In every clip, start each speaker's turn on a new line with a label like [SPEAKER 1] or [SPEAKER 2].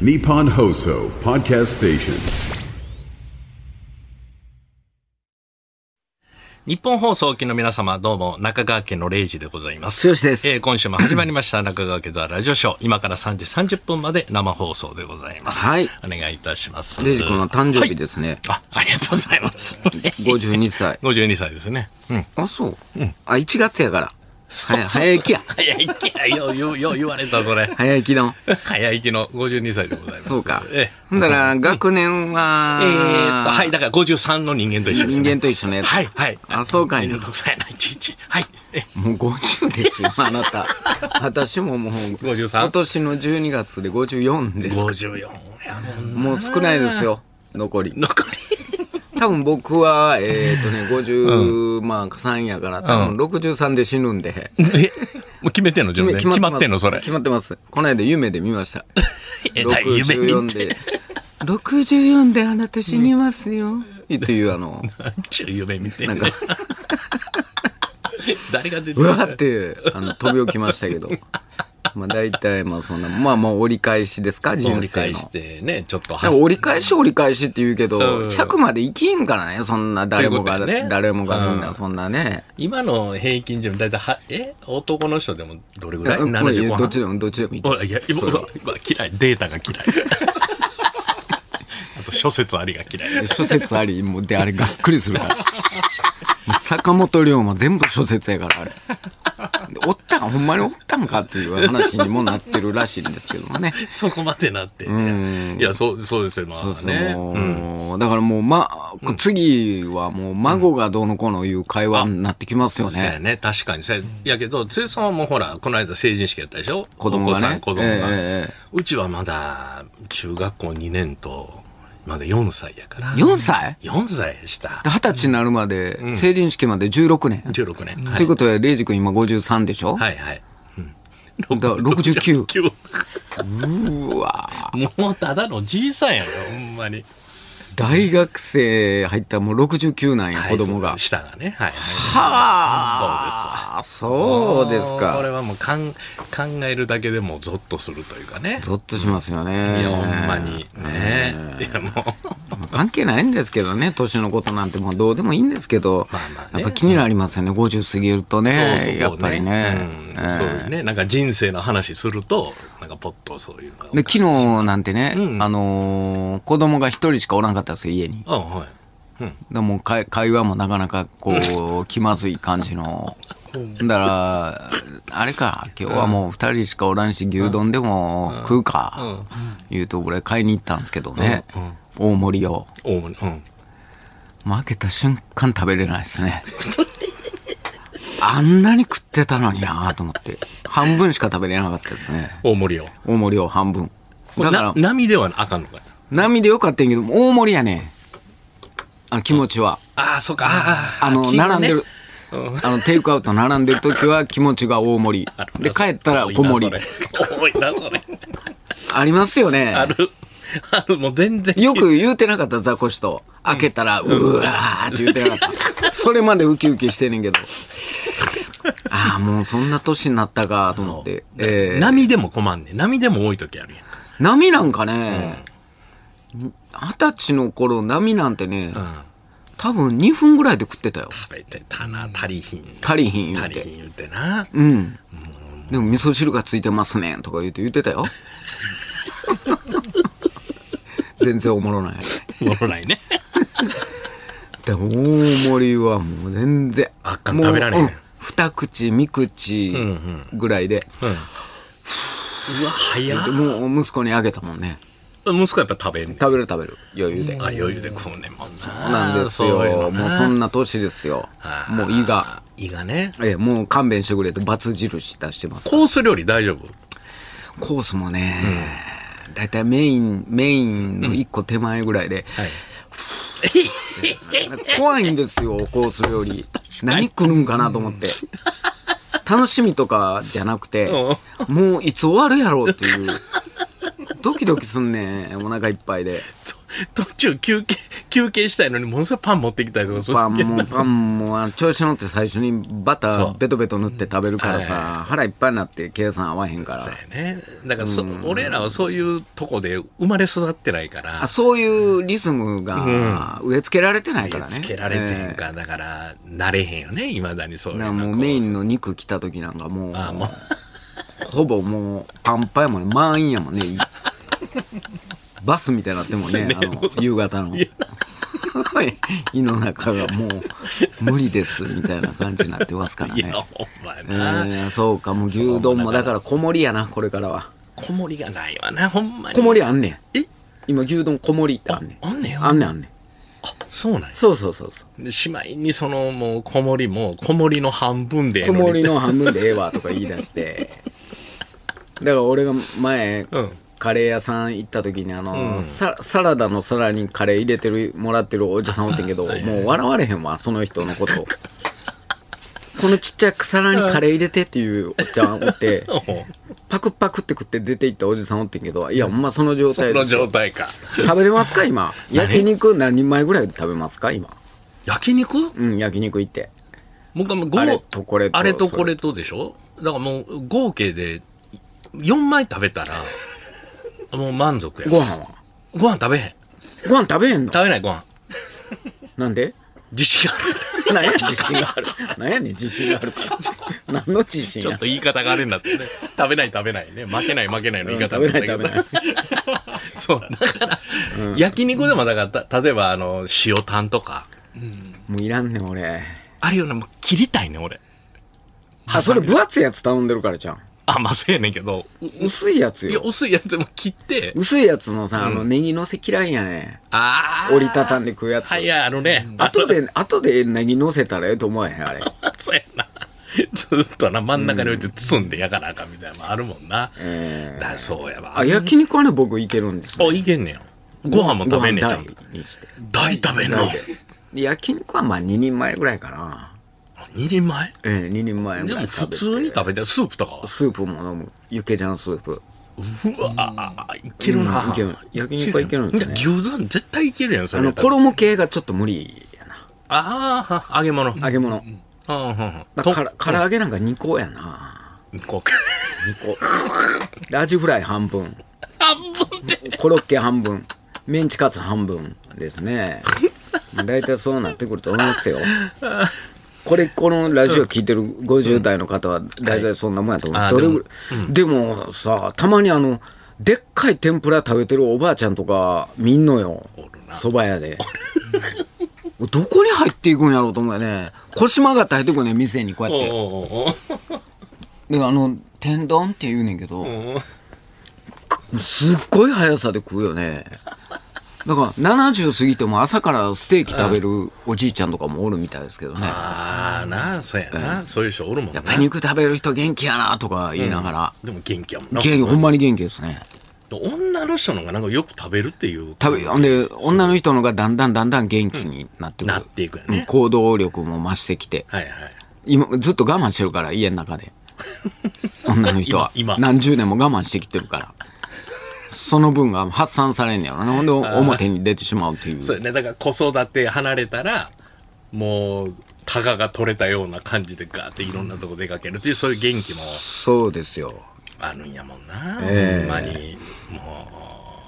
[SPEAKER 1] Nippon Hoso Podcast Station.
[SPEAKER 2] 日本放送機の皆様、どうも、中川家の0時でございます。
[SPEAKER 3] 剛です
[SPEAKER 2] えー今週も始まりました、中川家ザラジオショー。今から3時30分まで生放送でございます。
[SPEAKER 3] はい
[SPEAKER 2] お願いいたします。
[SPEAKER 3] レイジ君の誕生日ですね。
[SPEAKER 2] あ、ありがとうございます。
[SPEAKER 3] 52歳。
[SPEAKER 2] 52歳ですね。 うん。
[SPEAKER 3] あ、そう。あ、1月やから。
[SPEAKER 2] う
[SPEAKER 3] は早生きや。
[SPEAKER 2] 早いきや、よう、よう、よう言われた、それ。
[SPEAKER 3] 早生きの。
[SPEAKER 2] 早いきの52歳でございます。
[SPEAKER 3] そうか
[SPEAKER 2] え。
[SPEAKER 3] ほんだら、学年は
[SPEAKER 2] え、えーっと、はい、だから53の人間と一緒です、
[SPEAKER 3] 人
[SPEAKER 2] ね。
[SPEAKER 3] 間と一緒のやつ。
[SPEAKER 2] はい、はい。
[SPEAKER 3] あそうかいな
[SPEAKER 2] めんどくさいな、いちいち。はい。え
[SPEAKER 3] もう50ですよ、あなた。 私ももう、
[SPEAKER 2] 53
[SPEAKER 3] 今年の12月で54です。
[SPEAKER 2] 54やもんな。
[SPEAKER 3] もう少ないですよ、残り。
[SPEAKER 2] 残り。
[SPEAKER 3] 多分僕は、えーっとね、50、まあ、3やから、多分63で死ぬんで。
[SPEAKER 2] え、もう決めてんの自分で。決まってんのそれ。
[SPEAKER 3] 決まってます。この間夢で見ました。
[SPEAKER 2] えらい夢見て
[SPEAKER 3] 64で。64であなた死にますよ。っていうあの、
[SPEAKER 2] なん ちゅう夢見てん
[SPEAKER 3] な
[SPEAKER 2] ね
[SPEAKER 3] ん
[SPEAKER 2] ん
[SPEAKER 3] か、
[SPEAKER 2] 誰が出て
[SPEAKER 3] う
[SPEAKER 2] る
[SPEAKER 3] わって、あの、飛び起きましたけど。まあ大体、まあそんな、まあもう折り返しですか、人
[SPEAKER 2] 折り
[SPEAKER 3] 生
[SPEAKER 2] 返
[SPEAKER 3] の
[SPEAKER 2] し。てね、ちょっと
[SPEAKER 3] でも折り返し折り返しって言うけど、
[SPEAKER 2] うん
[SPEAKER 3] 100まで生きんからね、そんな誰もが、
[SPEAKER 2] ということやね
[SPEAKER 3] 誰もがみん
[SPEAKER 2] うん
[SPEAKER 3] な、そんなね。
[SPEAKER 2] 今の平均寿命、だいたいは、え男の人でもどれぐらい
[SPEAKER 3] うんまあ
[SPEAKER 2] ?75 半
[SPEAKER 3] どっちでもどっちでもいい
[SPEAKER 2] お
[SPEAKER 3] です
[SPEAKER 2] いや、今、うわうわ嫌い。データが嫌い。 あと、諸説ありが嫌い。
[SPEAKER 3] 諸説ありもうであれがっくりするからもう坂本龍馬全部諸説やからあれでおったんほんまにおったんかっていう話にもなってるらしいんですけどもね
[SPEAKER 2] そこまでなってね。いや、そう、そうですよ、まあ
[SPEAKER 3] そうそう
[SPEAKER 2] ね。
[SPEAKER 3] もうだからもう、ま、次はもう孫がどうのこうのいう会話になってきますよ
[SPEAKER 2] そうや
[SPEAKER 3] ね、
[SPEAKER 2] ね、確かに。そうややけど、剛さんはもうほら、この間成人式やったでしょ
[SPEAKER 3] 子供が
[SPEAKER 2] お
[SPEAKER 3] ね
[SPEAKER 2] 子さん、子供が。
[SPEAKER 3] ええええ
[SPEAKER 2] うちはまだ、中学校2年と、まだ4歳やから。
[SPEAKER 3] 4歳
[SPEAKER 2] 4歳でした
[SPEAKER 3] で。二十歳になるまで、成人式まで16年、
[SPEAKER 2] 16年。
[SPEAKER 3] ということはレイジ君今53でしょ、
[SPEAKER 2] はいはい。うん
[SPEAKER 3] だから69
[SPEAKER 2] 69
[SPEAKER 3] うわー
[SPEAKER 2] もうただのじいさんやろ、ほんまに。
[SPEAKER 3] 大学生入ったらもう69なんや、
[SPEAKER 2] はい
[SPEAKER 3] 子供が
[SPEAKER 2] そう下がね。はい。
[SPEAKER 3] はあ、そうです
[SPEAKER 2] もうこれ
[SPEAKER 3] か。
[SPEAKER 2] はもうかん考えるだけでもうゾッとするというかね。
[SPEAKER 3] ゾッとしますよ
[SPEAKER 2] い
[SPEAKER 3] ね。
[SPEAKER 2] や、ほんまに。ねいや、もう。
[SPEAKER 3] まあ関係ないんですけどね、年のことなんてもうどうでもいいんですけど、
[SPEAKER 2] まあまあね
[SPEAKER 3] やっぱ気になりますよね、50過ぎるとね、やっぱりね。
[SPEAKER 2] うん
[SPEAKER 3] ええ
[SPEAKER 2] そういうね。なんか人生の話すると、なんかポッとそういうのが。
[SPEAKER 3] で昨日なんてね、あのー子供が一人しかおらんかったんですよ、家に。
[SPEAKER 2] うん、はい。
[SPEAKER 3] でもう会会話もなかなかこう気まずい感じの。だから、あれか、今日はもう二人しかおらんし、牛丼でも食うか、言うと俺買いに行ったんですけどね、大盛りを。
[SPEAKER 2] おううん。
[SPEAKER 3] 負けた瞬間食べれないです ね。あんなに食ってたのになと思って。半分しか食べれなかったですね。
[SPEAKER 2] 大盛りを。
[SPEAKER 3] 大盛りを半分。だか
[SPEAKER 2] な
[SPEAKER 3] ら、
[SPEAKER 2] 波ではあかんのかい
[SPEAKER 3] 波でよかったんやけど、大盛りやね。あの気持ちは。
[SPEAKER 2] ああ、そうか。あー
[SPEAKER 3] あの、
[SPEAKER 2] 気がね
[SPEAKER 3] 並んでる。あの、テイクアウト並んでる時は気持ちが大 盛り。で、帰ったら小盛り。
[SPEAKER 2] 多いな、それ。
[SPEAKER 3] ありますよ
[SPEAKER 2] あ
[SPEAKER 3] ね。
[SPEAKER 2] る。ある、もう全然。
[SPEAKER 3] よく言うてなかった、ザコシと。開けたら、うわーって言うてなか った。それまでウキウキしてんねんけ ど。ああ、もうそんな年になったかと思って。えー
[SPEAKER 2] 波でも困んねん。波でも多い時あるやんか。
[SPEAKER 3] 波なんかね、二十歳の頃波なんてね、多分2分ぐらいで食ってたよ。
[SPEAKER 2] 食べてたな、足りひん。
[SPEAKER 3] 足りひん言
[SPEAKER 2] 足
[SPEAKER 3] う
[SPEAKER 2] り
[SPEAKER 3] て。
[SPEAKER 2] ひん言って な。
[SPEAKER 3] うん。でも味噌汁がついてますねんとか言うて言ってた よ。全然おもろない。
[SPEAKER 2] もろないね。
[SPEAKER 3] でも大盛りはもう全然。
[SPEAKER 2] あっかん食べられへん
[SPEAKER 3] もうう二口、三口ぐらいで。
[SPEAKER 2] うん。うわ、早っ。
[SPEAKER 3] でもう息子にあげたもんね。
[SPEAKER 2] 息子やっぱ食べんねん。あ、
[SPEAKER 3] 食べる食べる。余裕で。
[SPEAKER 2] 余裕で食うねんもんな。
[SPEAKER 3] なんです
[SPEAKER 2] そういうの
[SPEAKER 3] よ。もう
[SPEAKER 2] な
[SPEAKER 3] そんな年ですよ。もう胃が。
[SPEAKER 2] 胃がね。
[SPEAKER 3] ええ、もう勘弁してくれとバツ印出してます。
[SPEAKER 2] コース料理大丈夫
[SPEAKER 3] コースもね、だいたいメイン、メインの一個手前ぐらいで、 怖いんですよ、コース料理。何来るんかなと思って。楽しみとかじゃなくて、もういつ終わるやろうっていう。ドキドキすんねん、お腹いっぱいで。
[SPEAKER 2] と途中休憩、休憩したいのに、ものすごいパン持ってきたりとか、
[SPEAKER 3] パン
[SPEAKER 2] そう
[SPEAKER 3] もパンもあの調子乗って最初にバタ
[SPEAKER 2] そ
[SPEAKER 3] ー
[SPEAKER 2] う
[SPEAKER 3] ベトベト塗って食べるからさ腹いっぱいになって計算合わへんから
[SPEAKER 2] やね。だからそ、俺らはそういうとこで生まれ育ってないから
[SPEAKER 3] あ。そういうリズムが植え付けられてないからね
[SPEAKER 2] つけられてんか、だから、なれへんよね、いまだにそういう
[SPEAKER 3] だか
[SPEAKER 2] の
[SPEAKER 3] ら
[SPEAKER 2] こう。
[SPEAKER 3] もうメインの肉来た時なんかもう
[SPEAKER 2] あもう
[SPEAKER 3] ほぼもうパンパンやもんね満員やもんね バスみたいになってもねあの夕方の 胃の中がもう無理ですみたいな感じになってますから
[SPEAKER 2] いや、
[SPEAKER 3] ね
[SPEAKER 2] ほんまや
[SPEAKER 3] え
[SPEAKER 2] な。
[SPEAKER 3] ーそうかもう牛丼もだから小盛りやなこれからは
[SPEAKER 2] こもりがないわな、ほんまに。
[SPEAKER 3] 小盛りあんねん
[SPEAKER 2] え
[SPEAKER 3] 今牛丼小盛りってあんねん
[SPEAKER 2] ああんねや
[SPEAKER 3] あんねんあんねん
[SPEAKER 2] そうなんや。
[SPEAKER 3] そうそうそうそう
[SPEAKER 2] でしまいにそのもう子守も子守の半分でええ
[SPEAKER 3] 小
[SPEAKER 2] のに
[SPEAKER 3] 盛りの半分でええわとか言い出してだから俺が前、
[SPEAKER 2] うん
[SPEAKER 3] カレー屋さん行った時にあの、さサラダの皿にカレー入れてるもらってるおじさんおってんけどもう笑われへんわその人のことこのちっちゃい皿にカレー入れてっていうおっちゃん おってパクパクって食って出て行ったおじさんおってんけどいやほんまその状
[SPEAKER 2] こ
[SPEAKER 3] 態で
[SPEAKER 2] の
[SPEAKER 3] すよ
[SPEAKER 2] 状態か
[SPEAKER 3] 食べれます か今焼肉何人前ぐらいで食べますか今
[SPEAKER 2] 焼肉も
[SPEAKER 3] うん焼肉行って
[SPEAKER 2] う一回もうご
[SPEAKER 3] あれとこれと
[SPEAKER 2] あれとこれとでしょだからもう合計で4枚食べたら もう満足や
[SPEAKER 3] ご飯は
[SPEAKER 2] ご飯食べへん
[SPEAKER 3] ご飯食べへんの
[SPEAKER 2] 食べないご飯
[SPEAKER 3] なんで
[SPEAKER 2] 自信がある
[SPEAKER 3] 何やねん自信がある。何やねん自信があるから。 何の自信
[SPEAKER 2] ちょ
[SPEAKER 3] や
[SPEAKER 2] っと言い方があれになってね食べない食べないね負けない負けないの言い方
[SPEAKER 3] 食べない食べない。
[SPEAKER 2] そうだから、焼肉でもだからた例えばあの塩タンとか
[SPEAKER 3] もういらんねん俺。
[SPEAKER 2] あれよねもう切りたいね俺
[SPEAKER 3] あ、それ分厚いやつ頼んでるからじゃん。
[SPEAKER 2] あまあそうやねんけど
[SPEAKER 3] 薄いやつ
[SPEAKER 2] いや、
[SPEAKER 3] よ。
[SPEAKER 2] 薄いやつも切って、
[SPEAKER 3] 薄いやつのさ、あの、ネギのせ嫌いやね
[SPEAKER 2] あ
[SPEAKER 3] ん。折りたたんで食うやつ
[SPEAKER 2] は。いや、あのね、あ
[SPEAKER 3] 後で、後でネギのせたらええと思わへん、あれ。
[SPEAKER 2] そうやな。ずっとな、真ん中に置いて包んでやかなあかんみたいなのもあるもんな。
[SPEAKER 3] え
[SPEAKER 2] だそうやわ。
[SPEAKER 3] あ、焼肉はね、僕いけるんですよ。
[SPEAKER 2] お、いけんねんよ。ご飯も食べんねん、
[SPEAKER 3] ご
[SPEAKER 2] ちゃ
[SPEAKER 3] 飯
[SPEAKER 2] んと。
[SPEAKER 3] 大にして。
[SPEAKER 2] 大食べんの
[SPEAKER 3] 大で。で焼肉はまあ2人前ぐらいかな。
[SPEAKER 2] 二人前
[SPEAKER 3] ええ、2人前ぐ
[SPEAKER 2] で
[SPEAKER 3] ら
[SPEAKER 2] も
[SPEAKER 3] い
[SPEAKER 2] 普
[SPEAKER 3] 食べて。
[SPEAKER 2] 通に食べてる、スープとかは。
[SPEAKER 3] スープも飲む。ゆけじゃんスープ。
[SPEAKER 2] うわああ、いける
[SPEAKER 3] うん。
[SPEAKER 2] ない
[SPEAKER 3] ける焼肉はいけるんですね
[SPEAKER 2] いや牛丼絶対いけるやん、そ
[SPEAKER 3] あ
[SPEAKER 2] れ。
[SPEAKER 3] の、衣系がちょっと無理やな。
[SPEAKER 2] ああ、揚げ物。うん、うん、
[SPEAKER 3] 揚げ物。
[SPEAKER 2] うん。
[SPEAKER 3] だから、から唐揚げなんか2個やな。
[SPEAKER 2] こうか。
[SPEAKER 3] 2個。でアジフライ半分。
[SPEAKER 2] 半分って。
[SPEAKER 3] コロッケ半分。メンチカツ半分ですね。大体そうなってくると思いますよ。これ、このラジオ聞いてる50代の方は大体そんなもんやと思う。
[SPEAKER 2] はいあー
[SPEAKER 3] どれぐらい、でもさ、たまにあの、でっかい天ぷら食べてるおばあちゃんとか見んのよ。そば屋で。 どこに入っていくんやろうと思うよね。腰曲がって入ってくるね、店にこうやって。
[SPEAKER 2] おうおう
[SPEAKER 3] であの天丼って言うねんけど、
[SPEAKER 2] おう
[SPEAKER 3] すっごい速さで食うよねだから70過ぎても朝からステーキ食べるおじいちゃんとかもおるみたいですけどね
[SPEAKER 2] ああ、なあ、そうやな。そういう人おるもんな
[SPEAKER 3] やっ。ぱり肉食べる人元気やなとか言いながら、
[SPEAKER 2] でも元気やもんな。
[SPEAKER 3] 元気ほんまに元気ですね
[SPEAKER 2] 女の人の方がなんかよく食べるっていう。
[SPEAKER 3] 食べほんで女の人のがだんだんだんだん元気になってくる、
[SPEAKER 2] なっていくよね
[SPEAKER 3] うん行動力も増してきて
[SPEAKER 2] はいはい。
[SPEAKER 3] 今ずっと我慢してるから家 の中で女の人は
[SPEAKER 2] 今今
[SPEAKER 3] 何十年も我慢してきてるからその分が発散されんねやろなほんで表に出てしまうっていう
[SPEAKER 2] そうやね。だから子育て離れたら、もう、タガが取れたような感じでガーっていろんなとこ出かけるっていう、そういう元気も
[SPEAKER 3] そうですよ
[SPEAKER 2] あるんやもんな。ほ
[SPEAKER 3] ええ
[SPEAKER 2] んまに。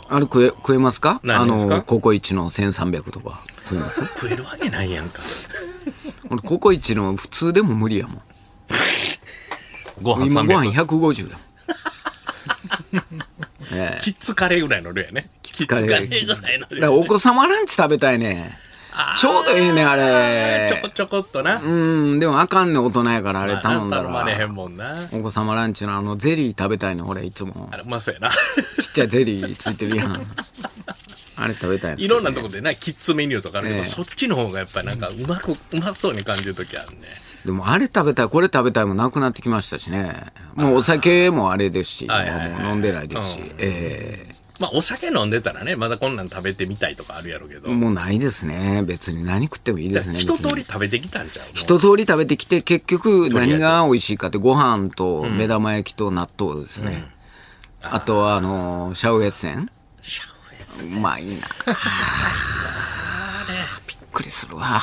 [SPEAKER 3] あれ食え食えますかあ
[SPEAKER 2] 何ですか
[SPEAKER 3] のココイチの1300とか食えます
[SPEAKER 2] 食えるわけないやんか。
[SPEAKER 3] 俺ココイチの普通でも無理やもん
[SPEAKER 2] ご飯
[SPEAKER 3] 今ご飯
[SPEAKER 2] 300。
[SPEAKER 3] 150やもん ええ
[SPEAKER 2] キッズカレーぐらいの量やね。キッズカ
[SPEAKER 3] カ
[SPEAKER 2] レ
[SPEAKER 3] レー
[SPEAKER 2] ーぐらいの
[SPEAKER 3] だから
[SPEAKER 2] 量。
[SPEAKER 3] お子様ランチ食べたいねちょうどいいねあれ
[SPEAKER 2] ちょこちょこっとな。
[SPEAKER 3] うんでもあかんね大人やからあれ頼んだ
[SPEAKER 2] あんたの
[SPEAKER 3] ら
[SPEAKER 2] 真似へんもんな。
[SPEAKER 3] お子様ランチのあのゼリー食べたいの俺いつも
[SPEAKER 2] あれ、うまそうやな。
[SPEAKER 3] ちっちゃいゼリーついてるやんあれ食べたいんです
[SPEAKER 2] い
[SPEAKER 3] けど
[SPEAKER 2] ろんなとこでな、キッズメニューとかあるけど、
[SPEAKER 3] ええ
[SPEAKER 2] そっちの方がやっぱなんかうまく、うまそうに感じる時あるね。
[SPEAKER 3] でもあれ食べたいこれ食べたいもなくなってきましたしねもうお酒もあれですしも
[SPEAKER 2] はいはいはいう
[SPEAKER 3] 飲んでないですし
[SPEAKER 2] うん
[SPEAKER 3] え
[SPEAKER 2] まあお酒飲んでたらね、まだこんなん食べてみたいとかあるやろうけど
[SPEAKER 3] え、もうないですね別に何食ってもいいですね
[SPEAKER 2] 一通
[SPEAKER 3] 別に
[SPEAKER 2] り食べてきたんちゃう
[SPEAKER 3] 一通り食べてきて結局
[SPEAKER 2] りあえず
[SPEAKER 3] 何が美味しいかってご飯と目玉焼きと納豆ですね、あとはあのシャウエッセン
[SPEAKER 2] シャウエッセン
[SPEAKER 3] うまいな
[SPEAKER 2] ね
[SPEAKER 3] びっくりするわ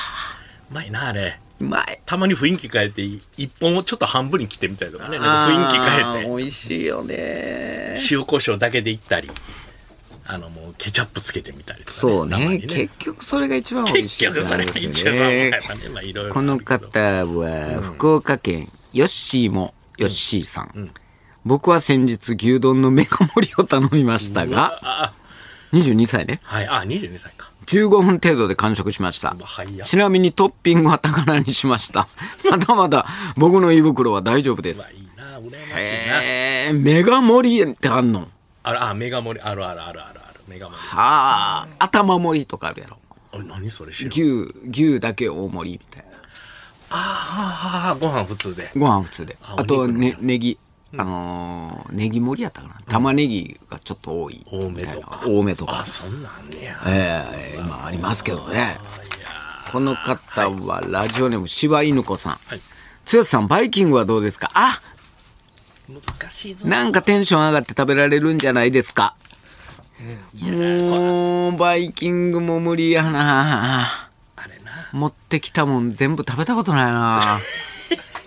[SPEAKER 2] うまいなあれ
[SPEAKER 3] うまい
[SPEAKER 2] たまに雰囲気変えてい一本をちょっと半分に切ってみたりとかねなんか雰囲気変えて
[SPEAKER 3] あー美味しいよね
[SPEAKER 2] 塩コショウだけでいったりあのもうケチャップつけてみたりとか、
[SPEAKER 3] そう
[SPEAKER 2] たま
[SPEAKER 3] ね
[SPEAKER 2] にね
[SPEAKER 3] 結局それが一番美味し
[SPEAKER 2] 結
[SPEAKER 3] い
[SPEAKER 2] 局それが一番
[SPEAKER 3] ね
[SPEAKER 2] 前までまあいろいろ
[SPEAKER 3] この方は福岡県ヨッシーもヨッシーさん、僕は先日牛丼のメカ盛りを頼みましたが
[SPEAKER 2] あ
[SPEAKER 3] 22歳ね
[SPEAKER 2] はいあ22歳か
[SPEAKER 3] 15分程度で完食しました
[SPEAKER 2] まあ早っ
[SPEAKER 3] ちなみにトッピングは高菜にしました まだまだ僕の胃袋は大丈夫で
[SPEAKER 2] まあ
[SPEAKER 3] す
[SPEAKER 2] いいな羨ましいな、
[SPEAKER 3] えー、メガ盛りってあんの
[SPEAKER 2] あらあメガ盛りあるあるあるあるあるメガ盛
[SPEAKER 3] ああ頭盛りとかあるやろ
[SPEAKER 2] りあれ何それ知らん
[SPEAKER 3] 牛牛だけ大盛りみたいな
[SPEAKER 2] ああご飯普通で
[SPEAKER 3] ご飯普通で
[SPEAKER 2] あ
[SPEAKER 3] あと
[SPEAKER 2] お肉の
[SPEAKER 3] ねネギあのーネギ盛りやったかな玉ねぎがちょっと多い
[SPEAKER 2] 多め
[SPEAKER 3] みたい
[SPEAKER 2] と
[SPEAKER 3] な
[SPEAKER 2] か
[SPEAKER 3] 多めと
[SPEAKER 2] あ
[SPEAKER 3] か
[SPEAKER 2] そんなんねや
[SPEAKER 3] ええ今ありますけどねこの方はラジオネーム柴犬子さん
[SPEAKER 2] はい
[SPEAKER 3] 剛さんバイキングはどうですかあ
[SPEAKER 2] 難しいぞ
[SPEAKER 3] なんかテンション上がって食べられるんじゃないですかもうバイキングも無理やな
[SPEAKER 2] あれな
[SPEAKER 3] 持ってきたもん全部食べたことな いな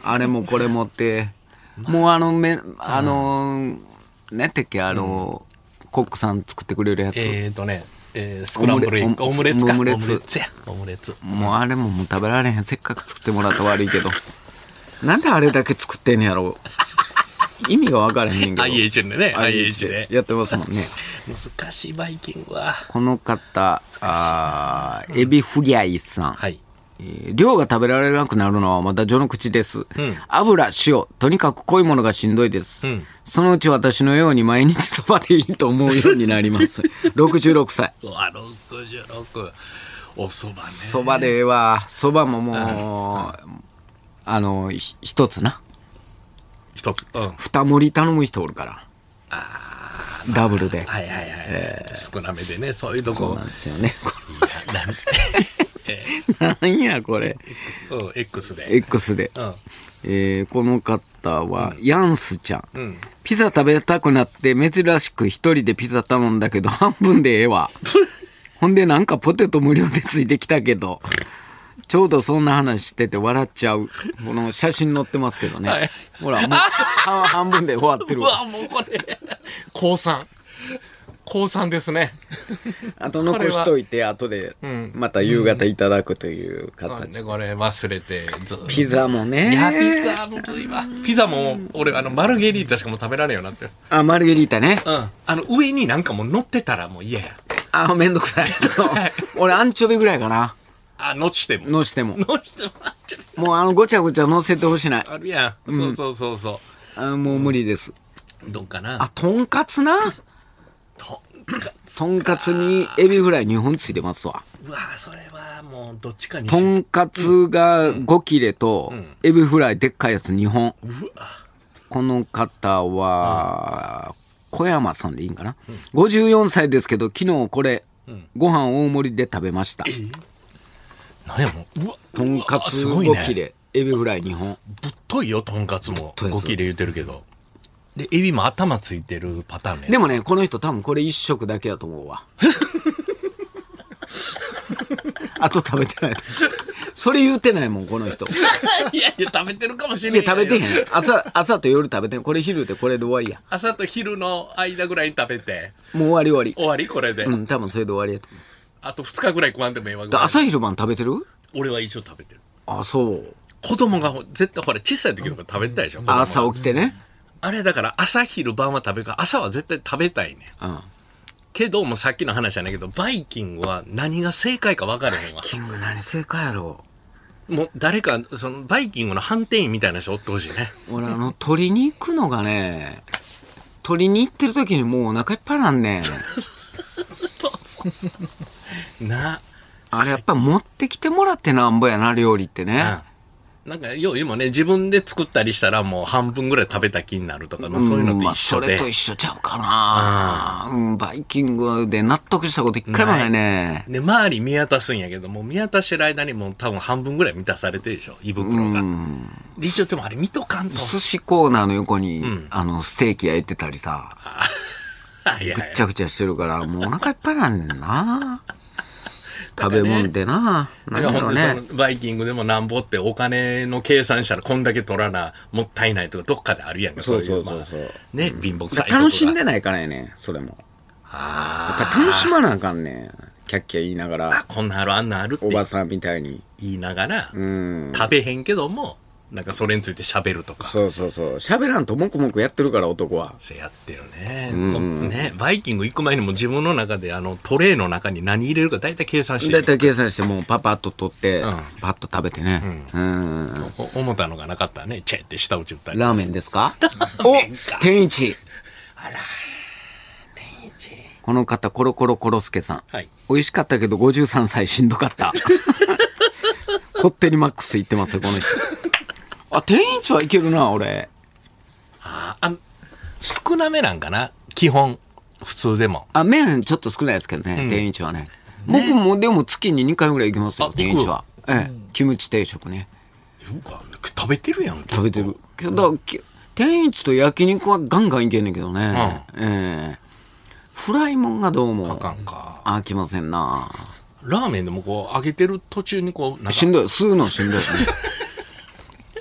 [SPEAKER 3] あれもこれもってもうあのめあのねてっけあの、コックさん作ってくれるやつ、
[SPEAKER 2] えーとねえースクランブルエッグ
[SPEAKER 3] オ
[SPEAKER 2] オ
[SPEAKER 3] ム
[SPEAKER 2] ム
[SPEAKER 3] レ
[SPEAKER 2] レツか
[SPEAKER 3] オ
[SPEAKER 2] オ
[SPEAKER 3] ム
[SPEAKER 2] ム
[SPEAKER 3] レ
[SPEAKER 2] レ
[SPEAKER 3] ツ
[SPEAKER 2] ツやオムレツ
[SPEAKER 3] もうあれももう食べられへんせっかく作ってもらったら悪いけどなんであれだけ作ってんね やろ意味が分からへんねんけど
[SPEAKER 2] IH でね
[SPEAKER 3] IH
[SPEAKER 2] IH
[SPEAKER 3] で
[SPEAKER 2] で
[SPEAKER 3] やってますもんね
[SPEAKER 2] 難しいバイキングは
[SPEAKER 3] この方あーエビフリアイさん、
[SPEAKER 2] はい
[SPEAKER 3] えー量が食べられなくなるのはまだ序の口です、油塩とにかく濃いものがしんどいです、
[SPEAKER 2] ん
[SPEAKER 3] そのうち私のように毎日そばでいいと思うようになります 66歳
[SPEAKER 2] うわ66おそばね
[SPEAKER 3] そばでええわそばももう、あのひ一つな
[SPEAKER 2] 一つうんはい
[SPEAKER 3] 二盛り頼む人おるからダブルで、
[SPEAKER 2] はいはい、少なめでねそういうと
[SPEAKER 3] そう
[SPEAKER 2] こ
[SPEAKER 3] なんですよね なんやこれ
[SPEAKER 2] うん X で
[SPEAKER 3] X で、
[SPEAKER 2] うん
[SPEAKER 3] えーこの方は、ヤンスちゃん、
[SPEAKER 2] ん
[SPEAKER 3] ピザ食べたくなって珍しく一人でピザ頼んだけど 半分でええわほんでなんかポテト無料でついてきたけどちょうどそんな話してて笑っちゃうこの写真載ってますけどね、
[SPEAKER 2] はい
[SPEAKER 3] ほらもう半半分で終わって
[SPEAKER 2] う
[SPEAKER 3] るわ
[SPEAKER 2] わもうこれ高三高三ですね
[SPEAKER 3] あと残しといて後でまた夕方いただくという
[SPEAKER 2] なん
[SPEAKER 3] 形、
[SPEAKER 2] でこれ忘れてずっと
[SPEAKER 3] ピザもね
[SPEAKER 2] いやピザむずいわピザも俺あのマルゲリータしかもう食べられんようになってる
[SPEAKER 3] あマルゲリータね
[SPEAKER 2] うんあの上になんかもう乗ってたらもう嫌や
[SPEAKER 3] あめんどくさい俺アンチョビぐらいかな
[SPEAKER 2] あ乗しても
[SPEAKER 3] のしても
[SPEAKER 2] 乗してもあっちゃう
[SPEAKER 3] もうあのごちゃごちゃ乗せてほしない。
[SPEAKER 2] あるやんそうそうそうそ
[SPEAKER 3] あもう無理です。
[SPEAKER 2] うどんかな
[SPEAKER 3] あ、とんかつな
[SPEAKER 2] と
[SPEAKER 3] とんかつにエビフライ2本ついてますわ。
[SPEAKER 2] うわそれはもうどっちかにし
[SPEAKER 3] とんかつが5切れと、エビフライでっかいやつ2本。この方は、小山さんでいいんかな、?54 歳ですけど、昨日これ、ご飯大盛りで食べました。
[SPEAKER 2] 何やもううわ
[SPEAKER 3] とんかつ
[SPEAKER 2] うわすごい
[SPEAKER 3] 5
[SPEAKER 2] ね
[SPEAKER 3] 切れ、エビフライ2本。
[SPEAKER 2] ぶっといよとんかつも
[SPEAKER 3] といやつ
[SPEAKER 2] 5切れ言うてるけどでエビも頭ついてるパターンね
[SPEAKER 3] でもね、この人多分これ1食だけだと思うわ。 あと食べてないと思うそれ言うてないもん、この人。い
[SPEAKER 2] いやいや食べてるかもしれ
[SPEAKER 3] や、食
[SPEAKER 2] 食べて
[SPEAKER 3] べて
[SPEAKER 2] へん
[SPEAKER 3] へん。朝、朝と夜食べてん。これ昼でこれで終わりや。
[SPEAKER 2] 朝と昼の間ぐらいに食べて
[SPEAKER 3] もう終わり終わ
[SPEAKER 2] 終わりこれで、
[SPEAKER 3] り。うん、多分それで終わりやと思う
[SPEAKER 2] あと2日ぐらい食わんでもええわぐ
[SPEAKER 3] だ
[SPEAKER 2] らい
[SPEAKER 3] 朝昼晩食べてる
[SPEAKER 2] 俺は一応食べてる
[SPEAKER 3] あ、そう。
[SPEAKER 2] 子供がほ絶対ほら小さい時とか食べたいでしょ子供が
[SPEAKER 3] 朝起きてね。
[SPEAKER 2] あれだから朝昼晩は食べるから朝は絶対食べたいねん
[SPEAKER 3] うん。
[SPEAKER 2] けどもうさっきの話じゃないけどバイキングは何が正解か分かれへんわ
[SPEAKER 3] キング何正解やろ
[SPEAKER 2] もう誰かそのバイキングの判定員みたいな人おってほしいね
[SPEAKER 3] 俺、あの、取りに行くのがね、取りに行ってる時にもうお腹いっぱいなん ねん。
[SPEAKER 2] な
[SPEAKER 3] あれやっぱ持ってきてもらってなんぼやな、料理ってね。
[SPEAKER 2] あなんかよう今ね自分で作ったりしたらもう半分ぐらい食べた気になるとか、まあ、そういうのと一緒
[SPEAKER 3] ま
[SPEAKER 2] で、
[SPEAKER 3] あそれと一緒ちゃうかな、うん、バイキングで納得したこと一回もないね
[SPEAKER 2] で周り見渡すんやけどもう見渡してる間にもう多分半分ぐらい満たされてるでしょ胃袋が、で一応でもあれ見とかんと
[SPEAKER 3] 寿司コーナーの横に、あのステーキ焼いてたりさ
[SPEAKER 2] あいやい
[SPEAKER 3] ぐっちゃぐちゃしてるからもうお腹いっぱいなんねんな
[SPEAKER 2] ったか
[SPEAKER 3] 食べ
[SPEAKER 2] ね
[SPEAKER 3] 物でな。なん
[SPEAKER 2] だか
[SPEAKER 3] だ
[SPEAKER 2] ら
[SPEAKER 3] ろ
[SPEAKER 2] 本当
[SPEAKER 3] うね
[SPEAKER 2] に。そのバイキングでもなんぼってお金の計算したらこんだけ取らなもったいないとかどっかであるやんか
[SPEAKER 3] そう
[SPEAKER 2] い
[SPEAKER 3] そうそうそう
[SPEAKER 2] まあ、ね貧乏くさいことが
[SPEAKER 3] 楽しんでないからやね、それも。やっぱ楽しまなあかんねん。キャッキャ言いなが
[SPEAKER 2] あ
[SPEAKER 3] ら、
[SPEAKER 2] こんなんあるあんなんあるっ
[SPEAKER 3] おば
[SPEAKER 2] て
[SPEAKER 3] さんみたいに。
[SPEAKER 2] 言いながら
[SPEAKER 3] うん。
[SPEAKER 2] 食べへんけどもなんかそれについて喋るとか
[SPEAKER 3] そうそうそう。喋らんともくもくやってるから、男は。
[SPEAKER 2] せやってるね,、ねバイキング行く前にも自分の中であのトレーの中に何入れるか大体計算して
[SPEAKER 3] だい
[SPEAKER 2] る
[SPEAKER 3] たい計算して、もうパパッと取って
[SPEAKER 2] ん、
[SPEAKER 3] パッと食べてね。うん。
[SPEAKER 2] お思ったのがなかったらねチェって舌打ち打ったり
[SPEAKER 3] ラーメンですかお天一。この方、コロコロコロスケさん。
[SPEAKER 2] はい
[SPEAKER 3] 美味しかったけど53歳しんどか った。こってりマックスいってますよ、この人。あ、天一はいけるな、俺。
[SPEAKER 2] ああ少なめなんかな基本普通でも
[SPEAKER 3] あ、麺ちょっと少ないですけどね、天一はね。僕もでも月に2回ぐらい行きますよ、
[SPEAKER 2] あ
[SPEAKER 3] 天一は。ええ、キムチ定食ね。
[SPEAKER 2] そうか食べてるやん
[SPEAKER 3] 食べてる。けど、き天一と焼肉はガンガンいけんねんけどね。ええフライもんがどうも。
[SPEAKER 2] あかんか
[SPEAKER 3] 飽きませんな
[SPEAKER 2] ラーメンでもこう揚げてる途中にこうなんか
[SPEAKER 3] しんどい吸うのしんどい だか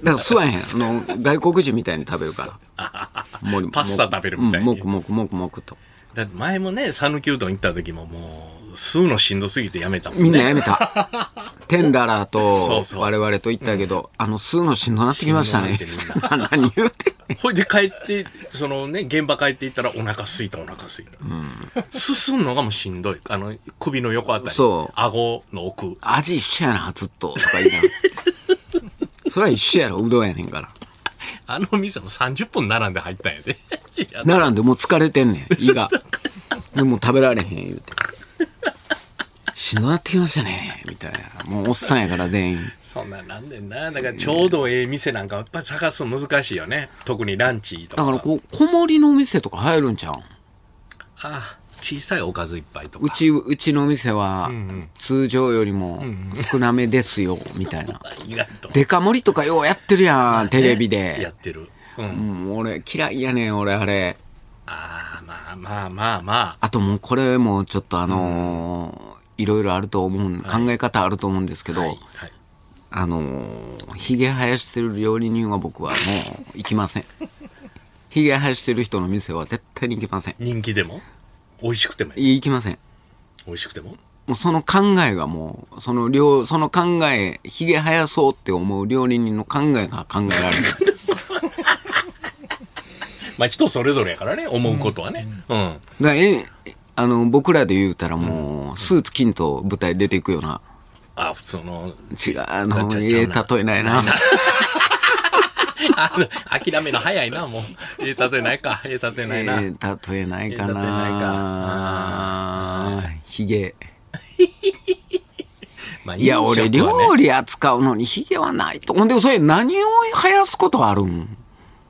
[SPEAKER 3] ら吸わへんあの外国人みたいに食べるからもり
[SPEAKER 2] パスタ食べるみたいに
[SPEAKER 3] うんもくもくもくもくと
[SPEAKER 2] だって前もね讃岐うどん行った時ももう吸うのしんどすぎてやめたもんね
[SPEAKER 3] みんなやめたテンダラー
[SPEAKER 2] そ
[SPEAKER 3] と
[SPEAKER 2] うそう
[SPEAKER 3] 我々と言ったけどあの吸うのしんどなってきましたね
[SPEAKER 2] しん
[SPEAKER 3] 何言うてんねん
[SPEAKER 2] ほいで帰ってそのね現場帰っていったらお腹空いたお腹空いた、すすんのがもうしんどいあの首の横あたり
[SPEAKER 3] そう
[SPEAKER 2] 顎の奥
[SPEAKER 3] 味一緒やなずっととか言いながら それは一緒やろうどんやねんから
[SPEAKER 2] あのお店も30分並んで入ったんやで いや
[SPEAKER 3] 並んでもう疲れてんねん胃がでもう食べられへん言うてしんどなってきましたねみたいなもうおっさんやから全員
[SPEAKER 2] そんなんなんでんなだからちょうどええ店なんかやっぱ探すの難しいよね特にランチと
[SPEAKER 3] だ
[SPEAKER 2] か
[SPEAKER 3] からこう小盛りのお店とか入るんちゃうん
[SPEAKER 2] ああ小さいおかずいっぱいとか
[SPEAKER 3] うちうちのお店は通常よりも少なめですよみたいな
[SPEAKER 2] 意外と
[SPEAKER 3] デカ盛りとかようやってるやんテレビ
[SPEAKER 2] や
[SPEAKER 3] で
[SPEAKER 2] ってるうん
[SPEAKER 3] もう俺嫌いやねん俺あれ
[SPEAKER 2] ああまあまあまあま
[SPEAKER 3] あともうこれもちょっとあのーいろいろあると思うん考え方あると思うんですけど、
[SPEAKER 2] あ、はいはい、
[SPEAKER 3] あのー、ひげ生やしてる料理人は 僕はもう行きません。ひげ生やしてる人の店は絶対に行きません。
[SPEAKER 2] 人気でも美味しくてもいい
[SPEAKER 3] い行きません。
[SPEAKER 2] 美味しくても
[SPEAKER 3] もうその考えがもう、その料、その考え、ひげ生やそうって思う料理人の考えが考えら れる。
[SPEAKER 2] まあ人それぞれやからね思うことはねうん、
[SPEAKER 3] だからえ、あの、僕らで言うたらもう、スーツ金と舞台出ていくような。
[SPEAKER 2] ああ普通の
[SPEAKER 3] 違う、あの、
[SPEAKER 2] ちゃう
[SPEAKER 3] え
[SPEAKER 2] ちゃ
[SPEAKER 3] え
[SPEAKER 2] うな
[SPEAKER 3] 例えないな。
[SPEAKER 2] あ諦めの早いなもうええ例えないかええ例え
[SPEAKER 3] え
[SPEAKER 2] ないな、
[SPEAKER 3] え例えないか
[SPEAKER 2] ええ例えない
[SPEAKER 3] な。ひげ。
[SPEAKER 2] まあ、
[SPEAKER 3] いや、俺、
[SPEAKER 2] 飲食はね
[SPEAKER 3] 料理扱うのにヒゲはないと。ほんで、それ何を生やすことあるん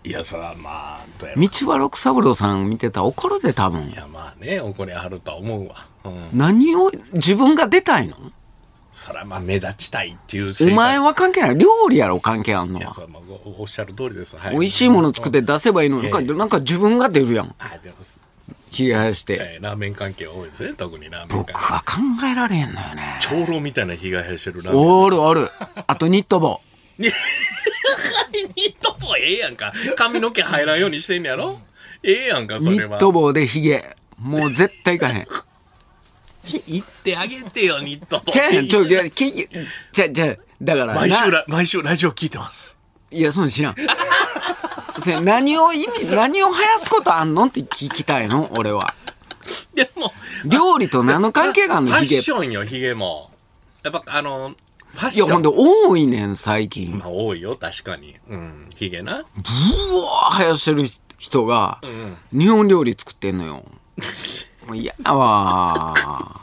[SPEAKER 2] いやそれはまあどうやろ
[SPEAKER 3] 道場六三郎さん見てたら怒るで、多分
[SPEAKER 2] い。やまあね怒りはるとは思うわうん
[SPEAKER 3] 何を、自分が出たいの
[SPEAKER 2] そらまあ目立ちたいっていう
[SPEAKER 3] お
[SPEAKER 2] 性格
[SPEAKER 3] 前は関係ない。料理やろ、関係あんの
[SPEAKER 2] いや
[SPEAKER 3] は
[SPEAKER 2] そ。れはまあおおっしゃる通りです、は
[SPEAKER 3] 美味しいもの作って出せばいいのに、
[SPEAKER 2] い
[SPEAKER 3] な
[SPEAKER 2] や
[SPEAKER 3] んかなんか自分が出るやん。
[SPEAKER 2] はいでもす
[SPEAKER 3] ヒゲ生やして。
[SPEAKER 2] えーラーメン関係は多いですね特にラーメン
[SPEAKER 3] 僕
[SPEAKER 2] 関係
[SPEAKER 3] は考えられへんのよね。
[SPEAKER 2] 長老みたいな被害者してるラーメン
[SPEAKER 3] おるおる。あと、ニット帽。
[SPEAKER 2] ニット帽ええやんか髪の毛入らんようにしてんねやろええやんかそ
[SPEAKER 3] ニ
[SPEAKER 2] れ
[SPEAKER 3] ッ
[SPEAKER 2] は
[SPEAKER 3] ト帽でヒゲ。もう絶対いかへん。
[SPEAKER 2] 言ってあげてよニット帽
[SPEAKER 3] じゃあ、ちょ、いや、き、じゃあ、じゃあ、だからな。
[SPEAKER 2] 毎週ラ毎週ラジオ聞いてます
[SPEAKER 3] いや、そんなん知らん。 それ何を意味、何を生やすことあんのって聞きたいの俺は。
[SPEAKER 2] でも
[SPEAKER 3] 料理と何の関係があん
[SPEAKER 2] フ
[SPEAKER 3] の
[SPEAKER 2] ァッ
[SPEAKER 3] ヒゲ。
[SPEAKER 2] ションよヒゲもやっぱあのファッ
[SPEAKER 3] い
[SPEAKER 2] シ
[SPEAKER 3] や、
[SPEAKER 2] ョ
[SPEAKER 3] ほ
[SPEAKER 2] ン
[SPEAKER 3] んで多いねん、最近。
[SPEAKER 2] まあ多いよ確かにうんヒゲな
[SPEAKER 3] うわー生やしてる人が、日本料理作ってんのよ。もう嫌やわー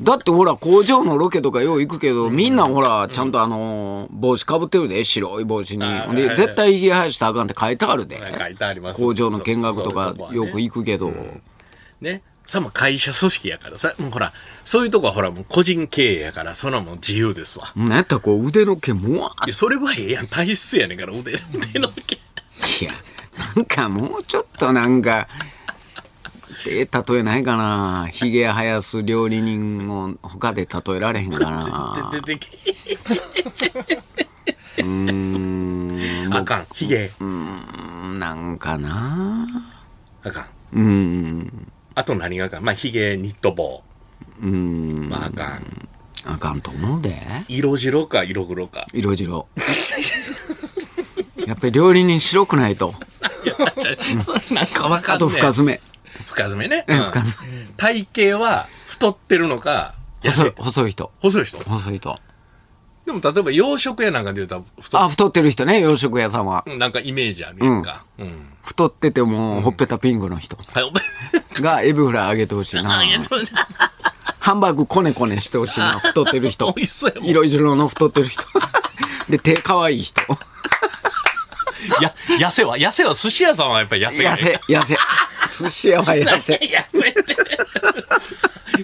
[SPEAKER 3] だってほら、工場のロケとかよう行くけど、みんなほら、ちゃんとあのー帽子かぶってるで、白い帽子に。
[SPEAKER 2] あー
[SPEAKER 3] ほん
[SPEAKER 2] はい
[SPEAKER 3] で、
[SPEAKER 2] はい
[SPEAKER 3] 絶対ヒゲ生やしたらあかんって書いてあるで。
[SPEAKER 2] 書いてあります
[SPEAKER 3] 工場の見学と
[SPEAKER 2] そうい
[SPEAKER 3] か
[SPEAKER 2] うとこはね
[SPEAKER 3] よく行くけど、
[SPEAKER 2] ね。さも会社組織やからさ、もうほら、そういうとこはほらもう個人経営やから、そんなもん自由ですわ。
[SPEAKER 3] なんやったらこう腕の毛もわー
[SPEAKER 2] い
[SPEAKER 3] っ
[SPEAKER 2] やそれはええやん、体質やねんから、 腕腕の毛。
[SPEAKER 3] てやなんかもうちょっとなんかええ例えないかなヒゲ生やす料理人を他で例えられへんかな
[SPEAKER 2] 出てき うんあかんヒゲ
[SPEAKER 3] うんなんかな
[SPEAKER 2] あかん
[SPEAKER 3] うん
[SPEAKER 2] あと何があかんまあヒゲニット帽
[SPEAKER 3] うん
[SPEAKER 2] まああかん
[SPEAKER 3] あかんと思うで
[SPEAKER 2] 色白か色黒 か
[SPEAKER 3] 色白やっぱり料理人白くないと
[SPEAKER 2] それなんかわかんね
[SPEAKER 3] あと深爪
[SPEAKER 2] 深爪ね、
[SPEAKER 3] ん
[SPEAKER 2] うん
[SPEAKER 3] 深
[SPEAKER 2] 体型は太ってるのか痩
[SPEAKER 3] 細
[SPEAKER 2] せ
[SPEAKER 3] い 細い人
[SPEAKER 2] 細い人
[SPEAKER 3] 細い人
[SPEAKER 2] でも例えば洋食屋なんかで言うと太
[SPEAKER 3] あ太ってる人ね洋食屋さんは
[SPEAKER 2] っなんかイメージあるやんか、うん
[SPEAKER 3] 太っててもほっぺたピンクの人
[SPEAKER 2] はいお前
[SPEAKER 3] がエビフライあげてほしいな
[SPEAKER 2] ありがとうご ざいます
[SPEAKER 3] ハンバーグこねこねしてほし いな太ってる人
[SPEAKER 2] 美味しそうやもん
[SPEAKER 3] 色白の太ってる人 で手可愛い人
[SPEAKER 2] や痩せは痩せは寿司屋さんはやっぱり痩せが
[SPEAKER 3] 痩
[SPEAKER 2] ね
[SPEAKER 3] せ痩せ寿司屋は痩 せ
[SPEAKER 2] 痩せて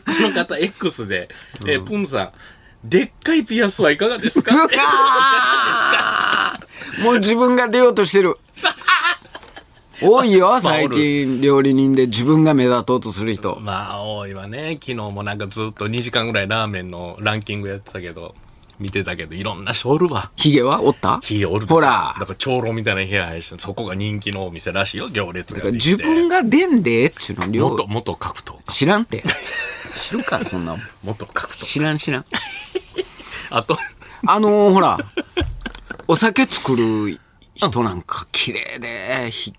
[SPEAKER 2] この方 X で、えープンさんでっかいピアスはいかがですか
[SPEAKER 3] うわ
[SPEAKER 2] って
[SPEAKER 3] もう自分が出ようとしてる多いよ最近料理人で自分が目立とうとする人
[SPEAKER 2] まあ多いわね昨日もなんかずっと2時間ぐらいラーメンのランキングやってたけど見てたけどいろんな人おるわ
[SPEAKER 3] ヒゲはおった
[SPEAKER 2] ヒゲおるでしょ
[SPEAKER 3] ほら
[SPEAKER 2] だから長老みたいな部屋配信そこが人気のお店らしいよ行列ができて
[SPEAKER 3] 自分が出んでっちゅうの量
[SPEAKER 2] 元元格闘家
[SPEAKER 3] 知らんて知るかそんなもん
[SPEAKER 2] 元格闘
[SPEAKER 3] 知らん知らん
[SPEAKER 2] 家あと
[SPEAKER 3] あのーほらお酒作る人なんか綺麗でひ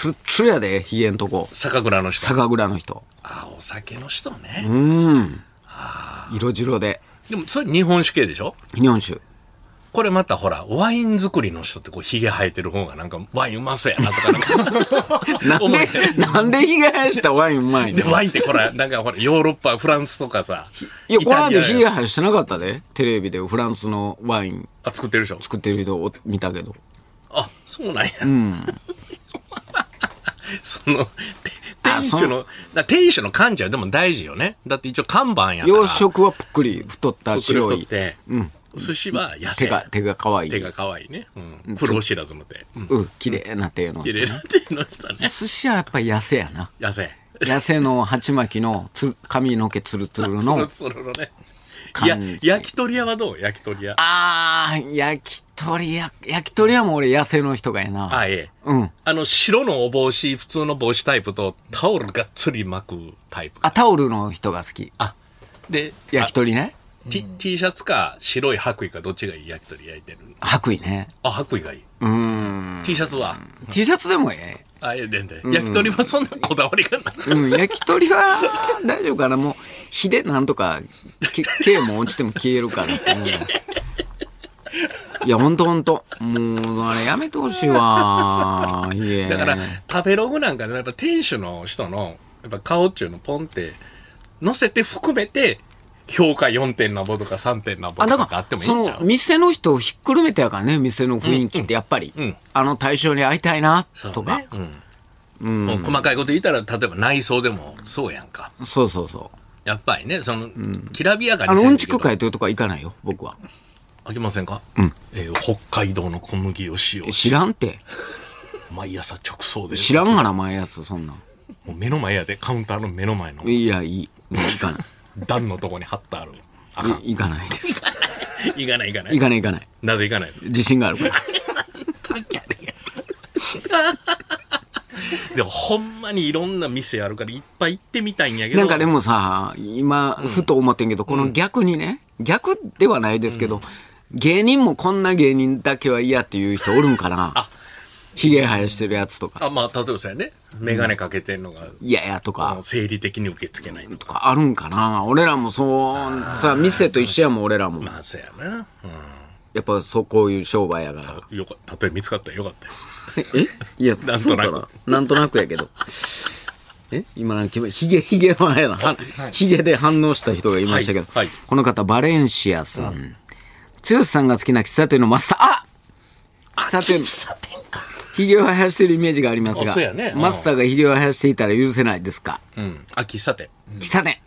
[SPEAKER 3] つるつるやでヒゲんとこ
[SPEAKER 2] 酒蔵の人
[SPEAKER 3] 酒蔵の人
[SPEAKER 2] あお酒の人ね、
[SPEAKER 3] 色白で
[SPEAKER 2] でもそれ日本酒系でしょ
[SPEAKER 3] 日本酒
[SPEAKER 2] これまたほらワイン作りの人ってこうヒゲ生えてる方がなんかワインうまそうやなとかなんか
[SPEAKER 3] なん
[SPEAKER 2] 思って
[SPEAKER 3] でなんでヒゲ生やしたワインうまい
[SPEAKER 2] で
[SPEAKER 3] の
[SPEAKER 2] ワインってこれなんかほらヨーロッパフランスとかさ
[SPEAKER 3] いや、
[SPEAKER 2] イ
[SPEAKER 3] この
[SPEAKER 2] タリ
[SPEAKER 3] 間
[SPEAKER 2] ア
[SPEAKER 3] ヒゲ生やしてなかったで。テレビでフランスのワイン
[SPEAKER 2] あ作ってるでしょ
[SPEAKER 3] 作ってる人を見たけど。
[SPEAKER 2] あそうなんや、 そのて
[SPEAKER 3] あ
[SPEAKER 2] 店主のだ店主の感じはでも大事よねだって一応看板やから
[SPEAKER 3] 洋食はぷっくり太った白
[SPEAKER 2] 白い
[SPEAKER 3] い
[SPEAKER 2] っ。て、寿司は痩せ
[SPEAKER 3] 手が、手が可愛
[SPEAKER 2] 手
[SPEAKER 3] い。
[SPEAKER 2] が可愛いね、うん、プロ知らずの手、うん、
[SPEAKER 3] うん、綺麗な手の人。
[SPEAKER 2] 入れられてるの人ね
[SPEAKER 3] 寿司はやっぱり痩せやな。
[SPEAKER 2] 痩せ
[SPEAKER 3] 痩せの鉢巻きのつ髪の毛ツルツルの。
[SPEAKER 2] そろそろねいや
[SPEAKER 3] 感じ
[SPEAKER 2] 焼き鳥屋はどう焼き鳥屋あ
[SPEAKER 3] あー、焼き鳥屋、焼き鳥屋も俺痩せの人がやな。
[SPEAKER 2] ええ
[SPEAKER 3] うん。
[SPEAKER 2] あの白のお帽子普通の帽子タイプとタオルがっつり巻くタイプ
[SPEAKER 3] あ、タオルの人が好き。
[SPEAKER 2] あで
[SPEAKER 3] 焼き鳥ね。
[SPEAKER 2] あ T, T シャツか白い白衣かどっちがいい焼き鳥焼いてる
[SPEAKER 3] 白衣ね。
[SPEAKER 2] あ白衣がいい
[SPEAKER 3] うん
[SPEAKER 2] T シャツは
[SPEAKER 3] T シャツでもええ。
[SPEAKER 2] あええでんで焼き鳥はそんなこだわりがない
[SPEAKER 3] うん、焼き鳥は 大丈夫かな。もう、火でなんとか、け毛も落ちても消えるから。うんいや、ほんとほんと。もう、あれやめてほしいわ。いえ。
[SPEAKER 2] だから、食べログなんかで、やっぱ店主の人の、やっぱ顔っていうのポンって、乗せて含めて、評価4点なぼとか3点なぼ
[SPEAKER 3] あ、
[SPEAKER 2] と
[SPEAKER 3] だ
[SPEAKER 2] かあ
[SPEAKER 3] か
[SPEAKER 2] って
[SPEAKER 3] ら、
[SPEAKER 2] もいい
[SPEAKER 3] そ
[SPEAKER 2] んちゃ
[SPEAKER 3] の、
[SPEAKER 2] う
[SPEAKER 3] 店の人をひっくるめてやからね、店の雰囲気って、やっぱり、
[SPEAKER 2] うんうん
[SPEAKER 3] あの対象に会いたいな、
[SPEAKER 2] そう
[SPEAKER 3] とか。
[SPEAKER 2] ね。うん。もう細かいこと言ったら、例えば内装でもそうやんか。
[SPEAKER 3] そうそうそう。
[SPEAKER 2] やっぱりね、その、きらびやかに
[SPEAKER 3] あの、
[SPEAKER 2] せ
[SPEAKER 3] うんん
[SPEAKER 2] け
[SPEAKER 3] ち
[SPEAKER 2] ど
[SPEAKER 3] く会というとこは行かないよ、僕は。
[SPEAKER 2] あきませんかうん。えー北海道の小麦を使用し、
[SPEAKER 3] 知らんて。
[SPEAKER 2] 毎朝直送で。
[SPEAKER 3] 知らんがな、毎朝、そんなん。
[SPEAKER 2] もう目の前やで、カウンターの目の前の
[SPEAKER 3] いや、いい。もう行かない。
[SPEAKER 2] 段のとこに貼ってある。 あかん。
[SPEAKER 3] い行かないです。
[SPEAKER 2] 行かない行かない
[SPEAKER 3] 行。かない行かない。
[SPEAKER 2] なぜ行かないです
[SPEAKER 3] 自信があるから。
[SPEAKER 2] でもほんまにいろんな店あるからいっぱい行ってみたいんやけど
[SPEAKER 3] なんかでもさ、今、ふと思ってんけど、この逆にね、逆ではないですけど、芸人もこんな芸人だけは嫌っていう人おるんかな。ひげ生やしてるやつとか、
[SPEAKER 2] あまあ例えばさやね眼鏡かけてんのが、
[SPEAKER 3] 嫌やと
[SPEAKER 2] あ
[SPEAKER 3] か
[SPEAKER 2] の、生理的に受け付けないと
[SPEAKER 3] と
[SPEAKER 2] か
[SPEAKER 3] かあるんかな。俺らもそう、さ、店と一緒やもん、俺らも。
[SPEAKER 2] まあそうやな、
[SPEAKER 3] やっぱそう、こういう商売やから。
[SPEAKER 2] うん、よか例え見つかったらよかったよ
[SPEAKER 3] えいや、
[SPEAKER 2] なんとなく
[SPEAKER 3] そうかなんとなくやけど。え今なんか、ひげ、ひげのあれやな。ひげで反応した人がいましたけど。
[SPEAKER 2] はいはい
[SPEAKER 3] この方、バレンシアさん。剛さんが好きな喫茶店のマスター、あ喫茶店、
[SPEAKER 2] か
[SPEAKER 3] ひげを生やしてるイメージがあります
[SPEAKER 2] あ
[SPEAKER 3] が、
[SPEAKER 2] そうやねうん
[SPEAKER 3] マスターがひげを生やしていたら許せないですか。
[SPEAKER 2] うんあ喫茶店
[SPEAKER 3] 喫茶店。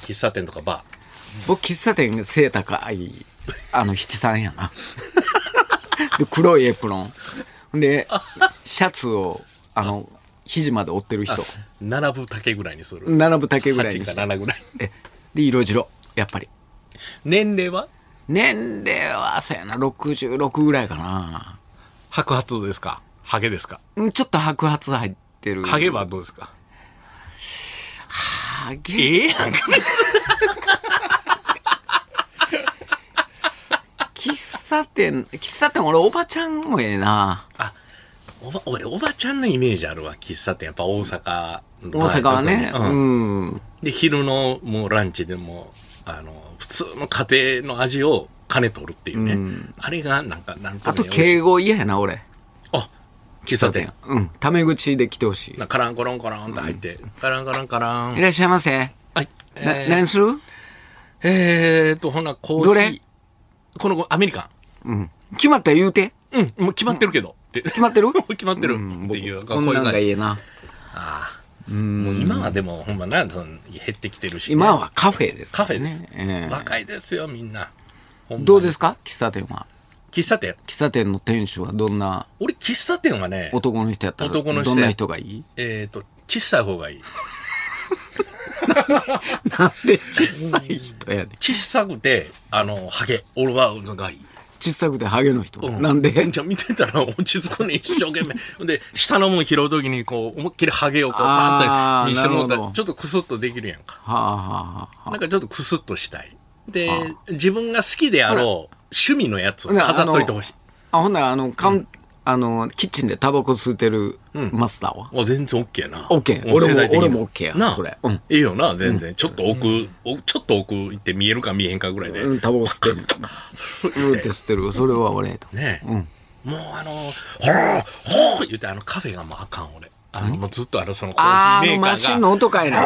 [SPEAKER 2] 喫茶店とかバ
[SPEAKER 3] 僕、喫茶店背高い、あの、七三やな。で、黒いエプロン。で、シャツを、あの、肘まで折ってる人。
[SPEAKER 2] 並ぶ丈ぐらいにする。
[SPEAKER 3] 並ぶ丈ぐらいに
[SPEAKER 2] 8
[SPEAKER 3] し
[SPEAKER 2] か
[SPEAKER 3] て。
[SPEAKER 2] 7ぐらい。
[SPEAKER 3] えで、色白。やっぱり。
[SPEAKER 2] 年齢は
[SPEAKER 3] 年齢は、そうやな、66ぐらいかな。
[SPEAKER 4] 白髪ですかハゲですか
[SPEAKER 3] うんちょっと白髪入ってる。
[SPEAKER 4] ハゲはどうですか
[SPEAKER 3] ハゲ
[SPEAKER 4] ええやんか
[SPEAKER 3] 喫茶店、喫茶店俺おばちゃんもええな。
[SPEAKER 2] おば俺、おばちゃんのイメージあるわ。喫茶店。やっぱ大阪の
[SPEAKER 3] 大阪はね。
[SPEAKER 2] うん
[SPEAKER 3] うん。
[SPEAKER 2] で、昼のもうランチでも、あの、普通の家庭の味を金取るっていうね。あれがなんか、なんと
[SPEAKER 3] あ
[SPEAKER 2] も
[SPEAKER 3] と
[SPEAKER 2] 言えん
[SPEAKER 3] 敬語嫌やな、俺。
[SPEAKER 2] あ、喫茶店。。
[SPEAKER 3] うん。タメ口で来てほしい。
[SPEAKER 2] なカランコロンコロンって入って、カランコロンコロ
[SPEAKER 3] い
[SPEAKER 2] ン。
[SPEAKER 3] らっしゃいませ。
[SPEAKER 2] はい。
[SPEAKER 3] な
[SPEAKER 2] えー
[SPEAKER 3] 何する
[SPEAKER 2] えーと、ほな、コーヒー。
[SPEAKER 3] どれ
[SPEAKER 2] この子、アメリカ
[SPEAKER 3] 決まったら言うて。
[SPEAKER 2] ン。うん、もう決まってるけど。って
[SPEAKER 3] 決まってる
[SPEAKER 2] もう決まってる。っていう、
[SPEAKER 3] こんなんがい
[SPEAKER 2] い
[SPEAKER 3] いな。
[SPEAKER 2] もう今はでも、ほんまな、その減ってきてるしね、
[SPEAKER 3] 今はカフェですか
[SPEAKER 2] カ
[SPEAKER 3] ら
[SPEAKER 2] フェ
[SPEAKER 3] ね、
[SPEAKER 2] です。
[SPEAKER 3] ええ
[SPEAKER 2] 若いですよ、みんな。
[SPEAKER 3] どうですすか喫茶店は。
[SPEAKER 2] 喫茶店。
[SPEAKER 3] 喫茶店の店主はどんな
[SPEAKER 2] 俺、喫茶店はね、
[SPEAKER 3] 男の人やったら、
[SPEAKER 2] 男の人
[SPEAKER 3] どんな人がいい
[SPEAKER 2] えっ、と、小さい方がいい。
[SPEAKER 3] なんで小さい人やねん。
[SPEAKER 2] 小さくて、あの、ハゲ。俺は、のがいい。
[SPEAKER 3] 小さくてハゲの人。
[SPEAKER 2] う
[SPEAKER 3] なんで
[SPEAKER 2] じゃあ見てたら落ち着くね、一生懸命。で、下のもん拾うときに、こう、思いっきりハゲをこう、パーンっ
[SPEAKER 3] あー
[SPEAKER 2] て見してもらった
[SPEAKER 3] なる
[SPEAKER 2] ら、
[SPEAKER 3] ほど
[SPEAKER 2] ちょっとクスッとできるやんか。
[SPEAKER 3] はあはあは
[SPEAKER 2] なんかちょっとクスッとしたい。で、自分が好きであろう、趣味のやつを
[SPEAKER 3] あ。
[SPEAKER 2] 飾っといてほしい。
[SPEAKER 3] あの。あ、ほんなら、あの、かん、あの、キッチンでタバコ吸ってるマスターは。
[SPEAKER 2] あ全然オッケーな。
[SPEAKER 3] オッケー
[SPEAKER 2] う
[SPEAKER 3] 俺も
[SPEAKER 2] 世代的に
[SPEAKER 3] 俺もオッケーや
[SPEAKER 2] なあ
[SPEAKER 3] それうん
[SPEAKER 2] いいよな、全然。ちょっと奥、おちょっと奥行って見えるか見えへんかぐらいで。
[SPEAKER 3] うん、タバコ吸 ってる。うんって吸ってる。それは俺やと。
[SPEAKER 2] ねもうあの、ほらほら言ってあのカフェがもうあかん俺。あの、もうずっとあの、そのコ
[SPEAKER 3] あ
[SPEAKER 2] ー
[SPEAKER 3] あ、あ
[SPEAKER 2] ヒー
[SPEAKER 3] の
[SPEAKER 2] メーカ
[SPEAKER 3] マシン
[SPEAKER 2] ーが、
[SPEAKER 3] の音かいな。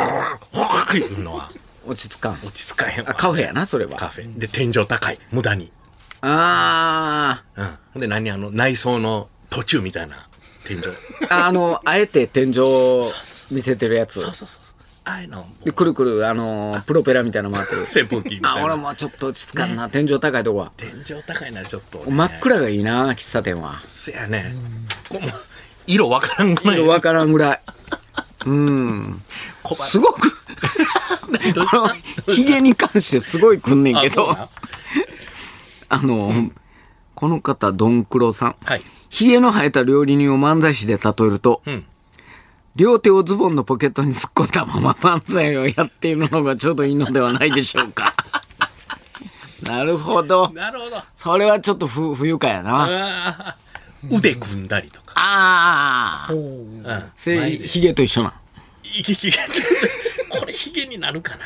[SPEAKER 2] ほらっていうのは
[SPEAKER 3] 落ち着かん。
[SPEAKER 2] 落ち着かへんわ
[SPEAKER 3] あ、カフェやな、それは。
[SPEAKER 2] カフェ。で、天井高い。無駄に。
[SPEAKER 3] あ
[SPEAKER 2] うん。ほんで、何あの、内装の途中みたいな天井。
[SPEAKER 3] あ、あの、あえて天井を見せてるやつ。
[SPEAKER 2] そうそうそうそう。ああいうの、
[SPEAKER 3] で、くるくる、あのー、プロペラみたいなの回ってる。
[SPEAKER 2] 扇風機みた
[SPEAKER 3] あ、
[SPEAKER 2] いな。
[SPEAKER 3] 俺もちょっと落ち着かんな。天井高いとこは。
[SPEAKER 2] 天井高いな、ちょっと、ね。
[SPEAKER 3] 真っ。暗がいいな、喫茶店は。
[SPEAKER 2] せやね。こうもう色わからんぐらい。
[SPEAKER 3] わからんぐらい。
[SPEAKER 2] 小腹
[SPEAKER 3] すごく
[SPEAKER 2] どう
[SPEAKER 3] このヒゲに関してすごいくんねんけ
[SPEAKER 2] あそう
[SPEAKER 3] ど
[SPEAKER 2] なん
[SPEAKER 3] あの、この方ドンクロさん、
[SPEAKER 2] はい
[SPEAKER 3] ヒゲの生えた料理人を漫才師で例えると、
[SPEAKER 2] ん
[SPEAKER 3] 両手をズボンのポケットに突っ込んだまま漫才をやっているのがちょうどいいのではないでしょ うかなるほど
[SPEAKER 2] なるほど。あ
[SPEAKER 3] それはちょっと不不愉快やな
[SPEAKER 2] あ。腕組んだりとか。
[SPEAKER 3] ああ
[SPEAKER 2] うん。
[SPEAKER 3] それヒゲと一緒なん
[SPEAKER 2] いけいけってこれヒゲになるかな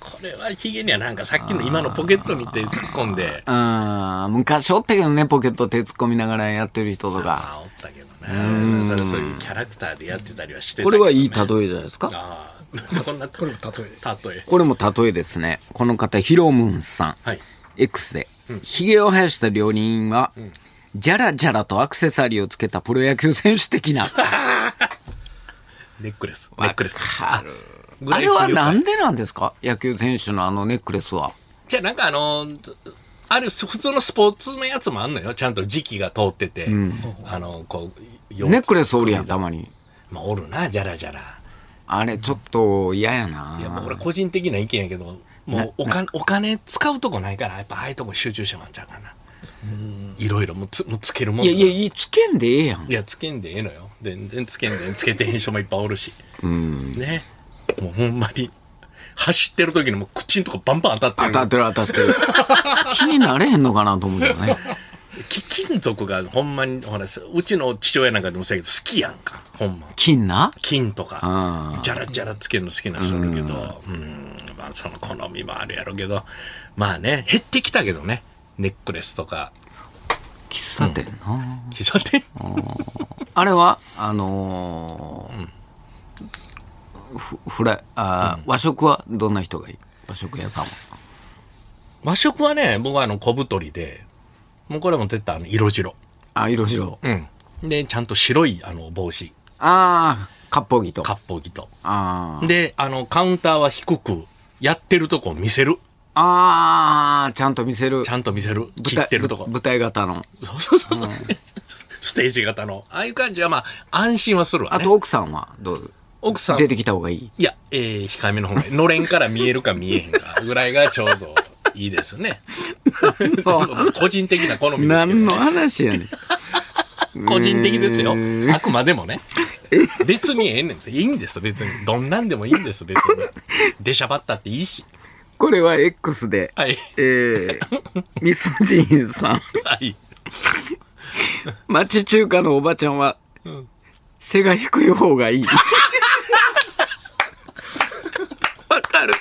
[SPEAKER 2] これはヒゲにはなんかさっきの今のポケットに手突っ込んで
[SPEAKER 3] あー昔おったけどねポケット手突っ込みながらやってる人とか
[SPEAKER 2] あおったけどねそれそういうキャラクターでやってたりはしてたけ
[SPEAKER 3] こ
[SPEAKER 2] ど
[SPEAKER 3] れ
[SPEAKER 2] ね
[SPEAKER 3] はいい例えじゃないですか
[SPEAKER 2] ああこんなこれも例えです例え
[SPEAKER 3] これも例えですね。この方、ヒロムンさん。
[SPEAKER 2] はい。
[SPEAKER 3] X で。ヒゲを生やした料理人は、じゃらじゃらとアクセサリーをつけたプロ野球選手的な。
[SPEAKER 2] ネックレスネックレス
[SPEAKER 3] ある
[SPEAKER 2] ぐ
[SPEAKER 3] あ
[SPEAKER 2] らい
[SPEAKER 3] れは
[SPEAKER 2] 不愉快
[SPEAKER 3] なんでなんですか野球選手のあのネックレスは。
[SPEAKER 2] じゃあなんかあのあれ普通のスポーツのやつもあんのよちゃんと時期が通ってて、あのこうよ
[SPEAKER 3] ネックレスおるやん、たまに。
[SPEAKER 2] まあおるなじゃらじゃら
[SPEAKER 3] あれ、ちょっと嫌や
[SPEAKER 2] いやもう
[SPEAKER 3] な。
[SPEAKER 2] 俺個人的な意見やけどもうおかお金使うとこないからやっぱああいうとこ集中してまうんちゃうかないろいろもうつもうつけるもん
[SPEAKER 3] いやいや、
[SPEAKER 2] い
[SPEAKER 3] いつけんでええやん。
[SPEAKER 2] やつけんでええのよ全然つけんでええつけてへん人もいっぱいおるしねもうほんまに走ってる時にもう口んとこバンバン当たって
[SPEAKER 3] 当
[SPEAKER 2] る
[SPEAKER 3] たってる当たって る。気になれへんのかなと思うよね。
[SPEAKER 2] き金属がほんまにほらうちの父親なんかでもそうやけど好きやんかほんま
[SPEAKER 3] 金な
[SPEAKER 2] 金とかじゃらじゃらつけるの好きな人いるけどうんまあその好みもあるやろうけどまあね減ってきたけどねネックレスとか
[SPEAKER 3] 喫茶店な。
[SPEAKER 2] 喫茶店
[SPEAKER 3] あれはあのーふフライあー、和食はどんな人がいい和食屋さんは
[SPEAKER 2] 和食はね僕はあの小太りでもうこれも絶対あの色白
[SPEAKER 3] あ色白、
[SPEAKER 2] うんでちゃんと白いあの帽子
[SPEAKER 3] ああ割烹着と
[SPEAKER 2] 割烹着と
[SPEAKER 3] あー
[SPEAKER 2] であのカウンターは低くやってるとこ見せる
[SPEAKER 3] ああ、ちゃんと見せる
[SPEAKER 2] ち。ゃんと見せる切ってるとこ
[SPEAKER 3] 舞台型の。
[SPEAKER 2] そうそうそうそう、ステージ型のああいう感じはまあ安心はするわ、ね、
[SPEAKER 3] あと奥さんはどう
[SPEAKER 2] 奥さん
[SPEAKER 3] 出てきた方がいい。
[SPEAKER 2] いや、えー、控えめの方がいい。のれんから見えるか見えへんかぐらいがちょうどいいですね。個人的な好みですけど
[SPEAKER 3] 何の話やねん。
[SPEAKER 2] 個人的ですよ。あくまでもね。別にええねん。いいんです、別に。どんなんでもいいんです、別に。出しゃばったっていいし。
[SPEAKER 3] これは X で、
[SPEAKER 2] はい
[SPEAKER 3] えー、 ミスジーンさん、
[SPEAKER 2] はい。
[SPEAKER 3] 町中華のおばちゃんは、背が低い 方がいい。わかる。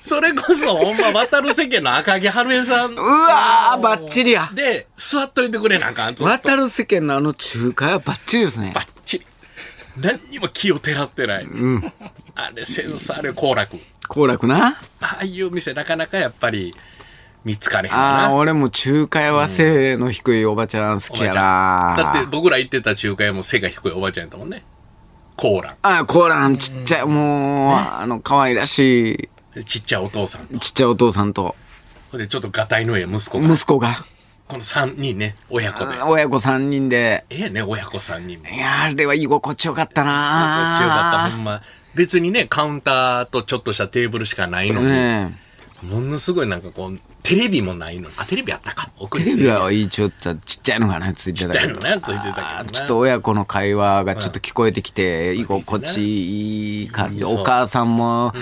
[SPEAKER 2] それこそ、ほんま、渡る世間の赤木春江さん
[SPEAKER 3] うわー、ばっちりや。
[SPEAKER 2] で、座っといてくれなんかんと。ばっ
[SPEAKER 3] 渡る世間のあの中華はばっちりですね。
[SPEAKER 2] ちり。何にも気をてらってない。あれ、センスあれ、好楽。
[SPEAKER 3] 好楽な。
[SPEAKER 2] ああいう店、なかなかやっぱり、見つかれへん
[SPEAKER 3] ああ、
[SPEAKER 2] な。
[SPEAKER 3] 俺も中華屋は背の低いおばちゃん好
[SPEAKER 2] おば
[SPEAKER 3] き
[SPEAKER 2] ちゃ
[SPEAKER 3] や
[SPEAKER 2] ん
[SPEAKER 3] な。
[SPEAKER 2] だって僕ら行ってた中華屋も背が低いおばちゃんやったもんね。コーラ
[SPEAKER 3] ああ、コーランちっちゃい、もう、あの、可愛らし
[SPEAKER 2] ン。ちっちゃいお父さんと
[SPEAKER 3] い、。ちっちゃいお父さんと、
[SPEAKER 2] ほんで、ちょっとガタイのええ息子が。
[SPEAKER 3] 息子が、
[SPEAKER 2] この3人ね、親子で。
[SPEAKER 3] 親子3人で、
[SPEAKER 2] ええね、親子3人も。
[SPEAKER 3] いやー、あれは居心地よかったな
[SPEAKER 2] 強かった、ほんま。別にね、カウンターとちょっとしたテーブルしかないのに、
[SPEAKER 3] ね
[SPEAKER 2] ものすごいなんかこう、テレビもないのに。あ、テレビあったか。奥
[SPEAKER 3] え
[SPEAKER 2] に
[SPEAKER 3] テレビは一応ちちっちゃいのがね、ついてた
[SPEAKER 2] みた
[SPEAKER 3] け
[SPEAKER 2] いな
[SPEAKER 3] ど。
[SPEAKER 2] のね、ついてたけどな。
[SPEAKER 3] ちょっと親子の会話がちょっと聞こえてきて、居心地いい感じ。
[SPEAKER 2] うんそう
[SPEAKER 3] お母さんも、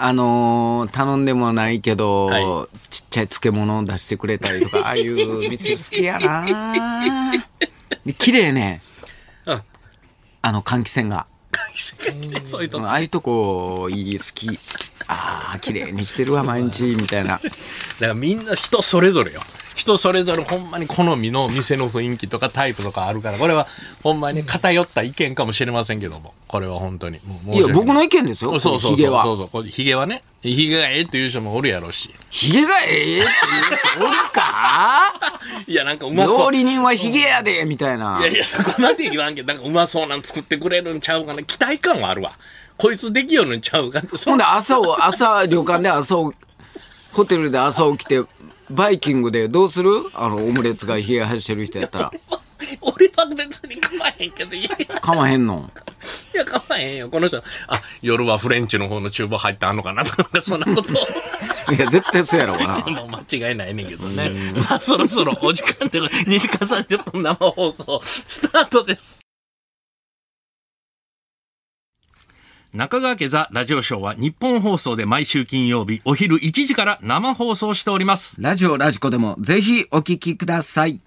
[SPEAKER 3] あのー頼んでもないけど、
[SPEAKER 2] は
[SPEAKER 3] ちっちゃい漬物を出してくれたりと か、ああいう店好きやなで綺麗ね。
[SPEAKER 2] うん
[SPEAKER 3] あの換気扇が。
[SPEAKER 2] そういうと
[SPEAKER 3] うん
[SPEAKER 2] こ。
[SPEAKER 3] ああいうとこ、いい、好き。ああ、綺麗にしてるわ、毎日、みたいな。
[SPEAKER 2] だからみんな人それぞれよ。人それぞれほんまに好みの店の雰囲気とかタイプとかあるから、これはほんまに偏った意見かもしれませんけども、これは本当に。もう申
[SPEAKER 3] い
[SPEAKER 2] し
[SPEAKER 3] や、
[SPEAKER 2] 訳な
[SPEAKER 3] 僕の意見ですよ、
[SPEAKER 2] そうそうそう。
[SPEAKER 3] ヒゲは。
[SPEAKER 2] そうそう。これヒゲはね。ヒゲがええっていう人もおるやろうし。
[SPEAKER 3] ヒゲがええって言う人おるか
[SPEAKER 2] いや、なんかうまそ
[SPEAKER 3] 料
[SPEAKER 2] う。
[SPEAKER 3] 理人はヒゲやで、みたいない
[SPEAKER 2] や。いや、そこまで言わんけど、なんかうまそうなん作ってくれるんちゃうかな。期待感はあるわ。こいつできよるんちゃうかな。そ
[SPEAKER 3] ほん
[SPEAKER 2] ん
[SPEAKER 3] で、朝を、朝、旅館で朝を、ホテルで朝起きて、バイキングでどうするあの、オムレツがヒゲ走ってる人やったら。
[SPEAKER 2] 俺は別に構わへんけど、いやいや、
[SPEAKER 3] かまへんの。
[SPEAKER 2] いや構わへんよ。この人、あ、夜はフレンチの方の厨房入ってあんのかなとか、そんな こと。
[SPEAKER 3] いや、絶対そうやろ うな。
[SPEAKER 2] もう間違いないねんけどね。さあ、そろそろお時間でご、2時間30分生放送、スタートです。中川家ザ・ラジオショーは日本放送で毎週金曜日お昼1時から生放送しております。
[SPEAKER 3] ラジオラジコでも、ぜひお聞きください。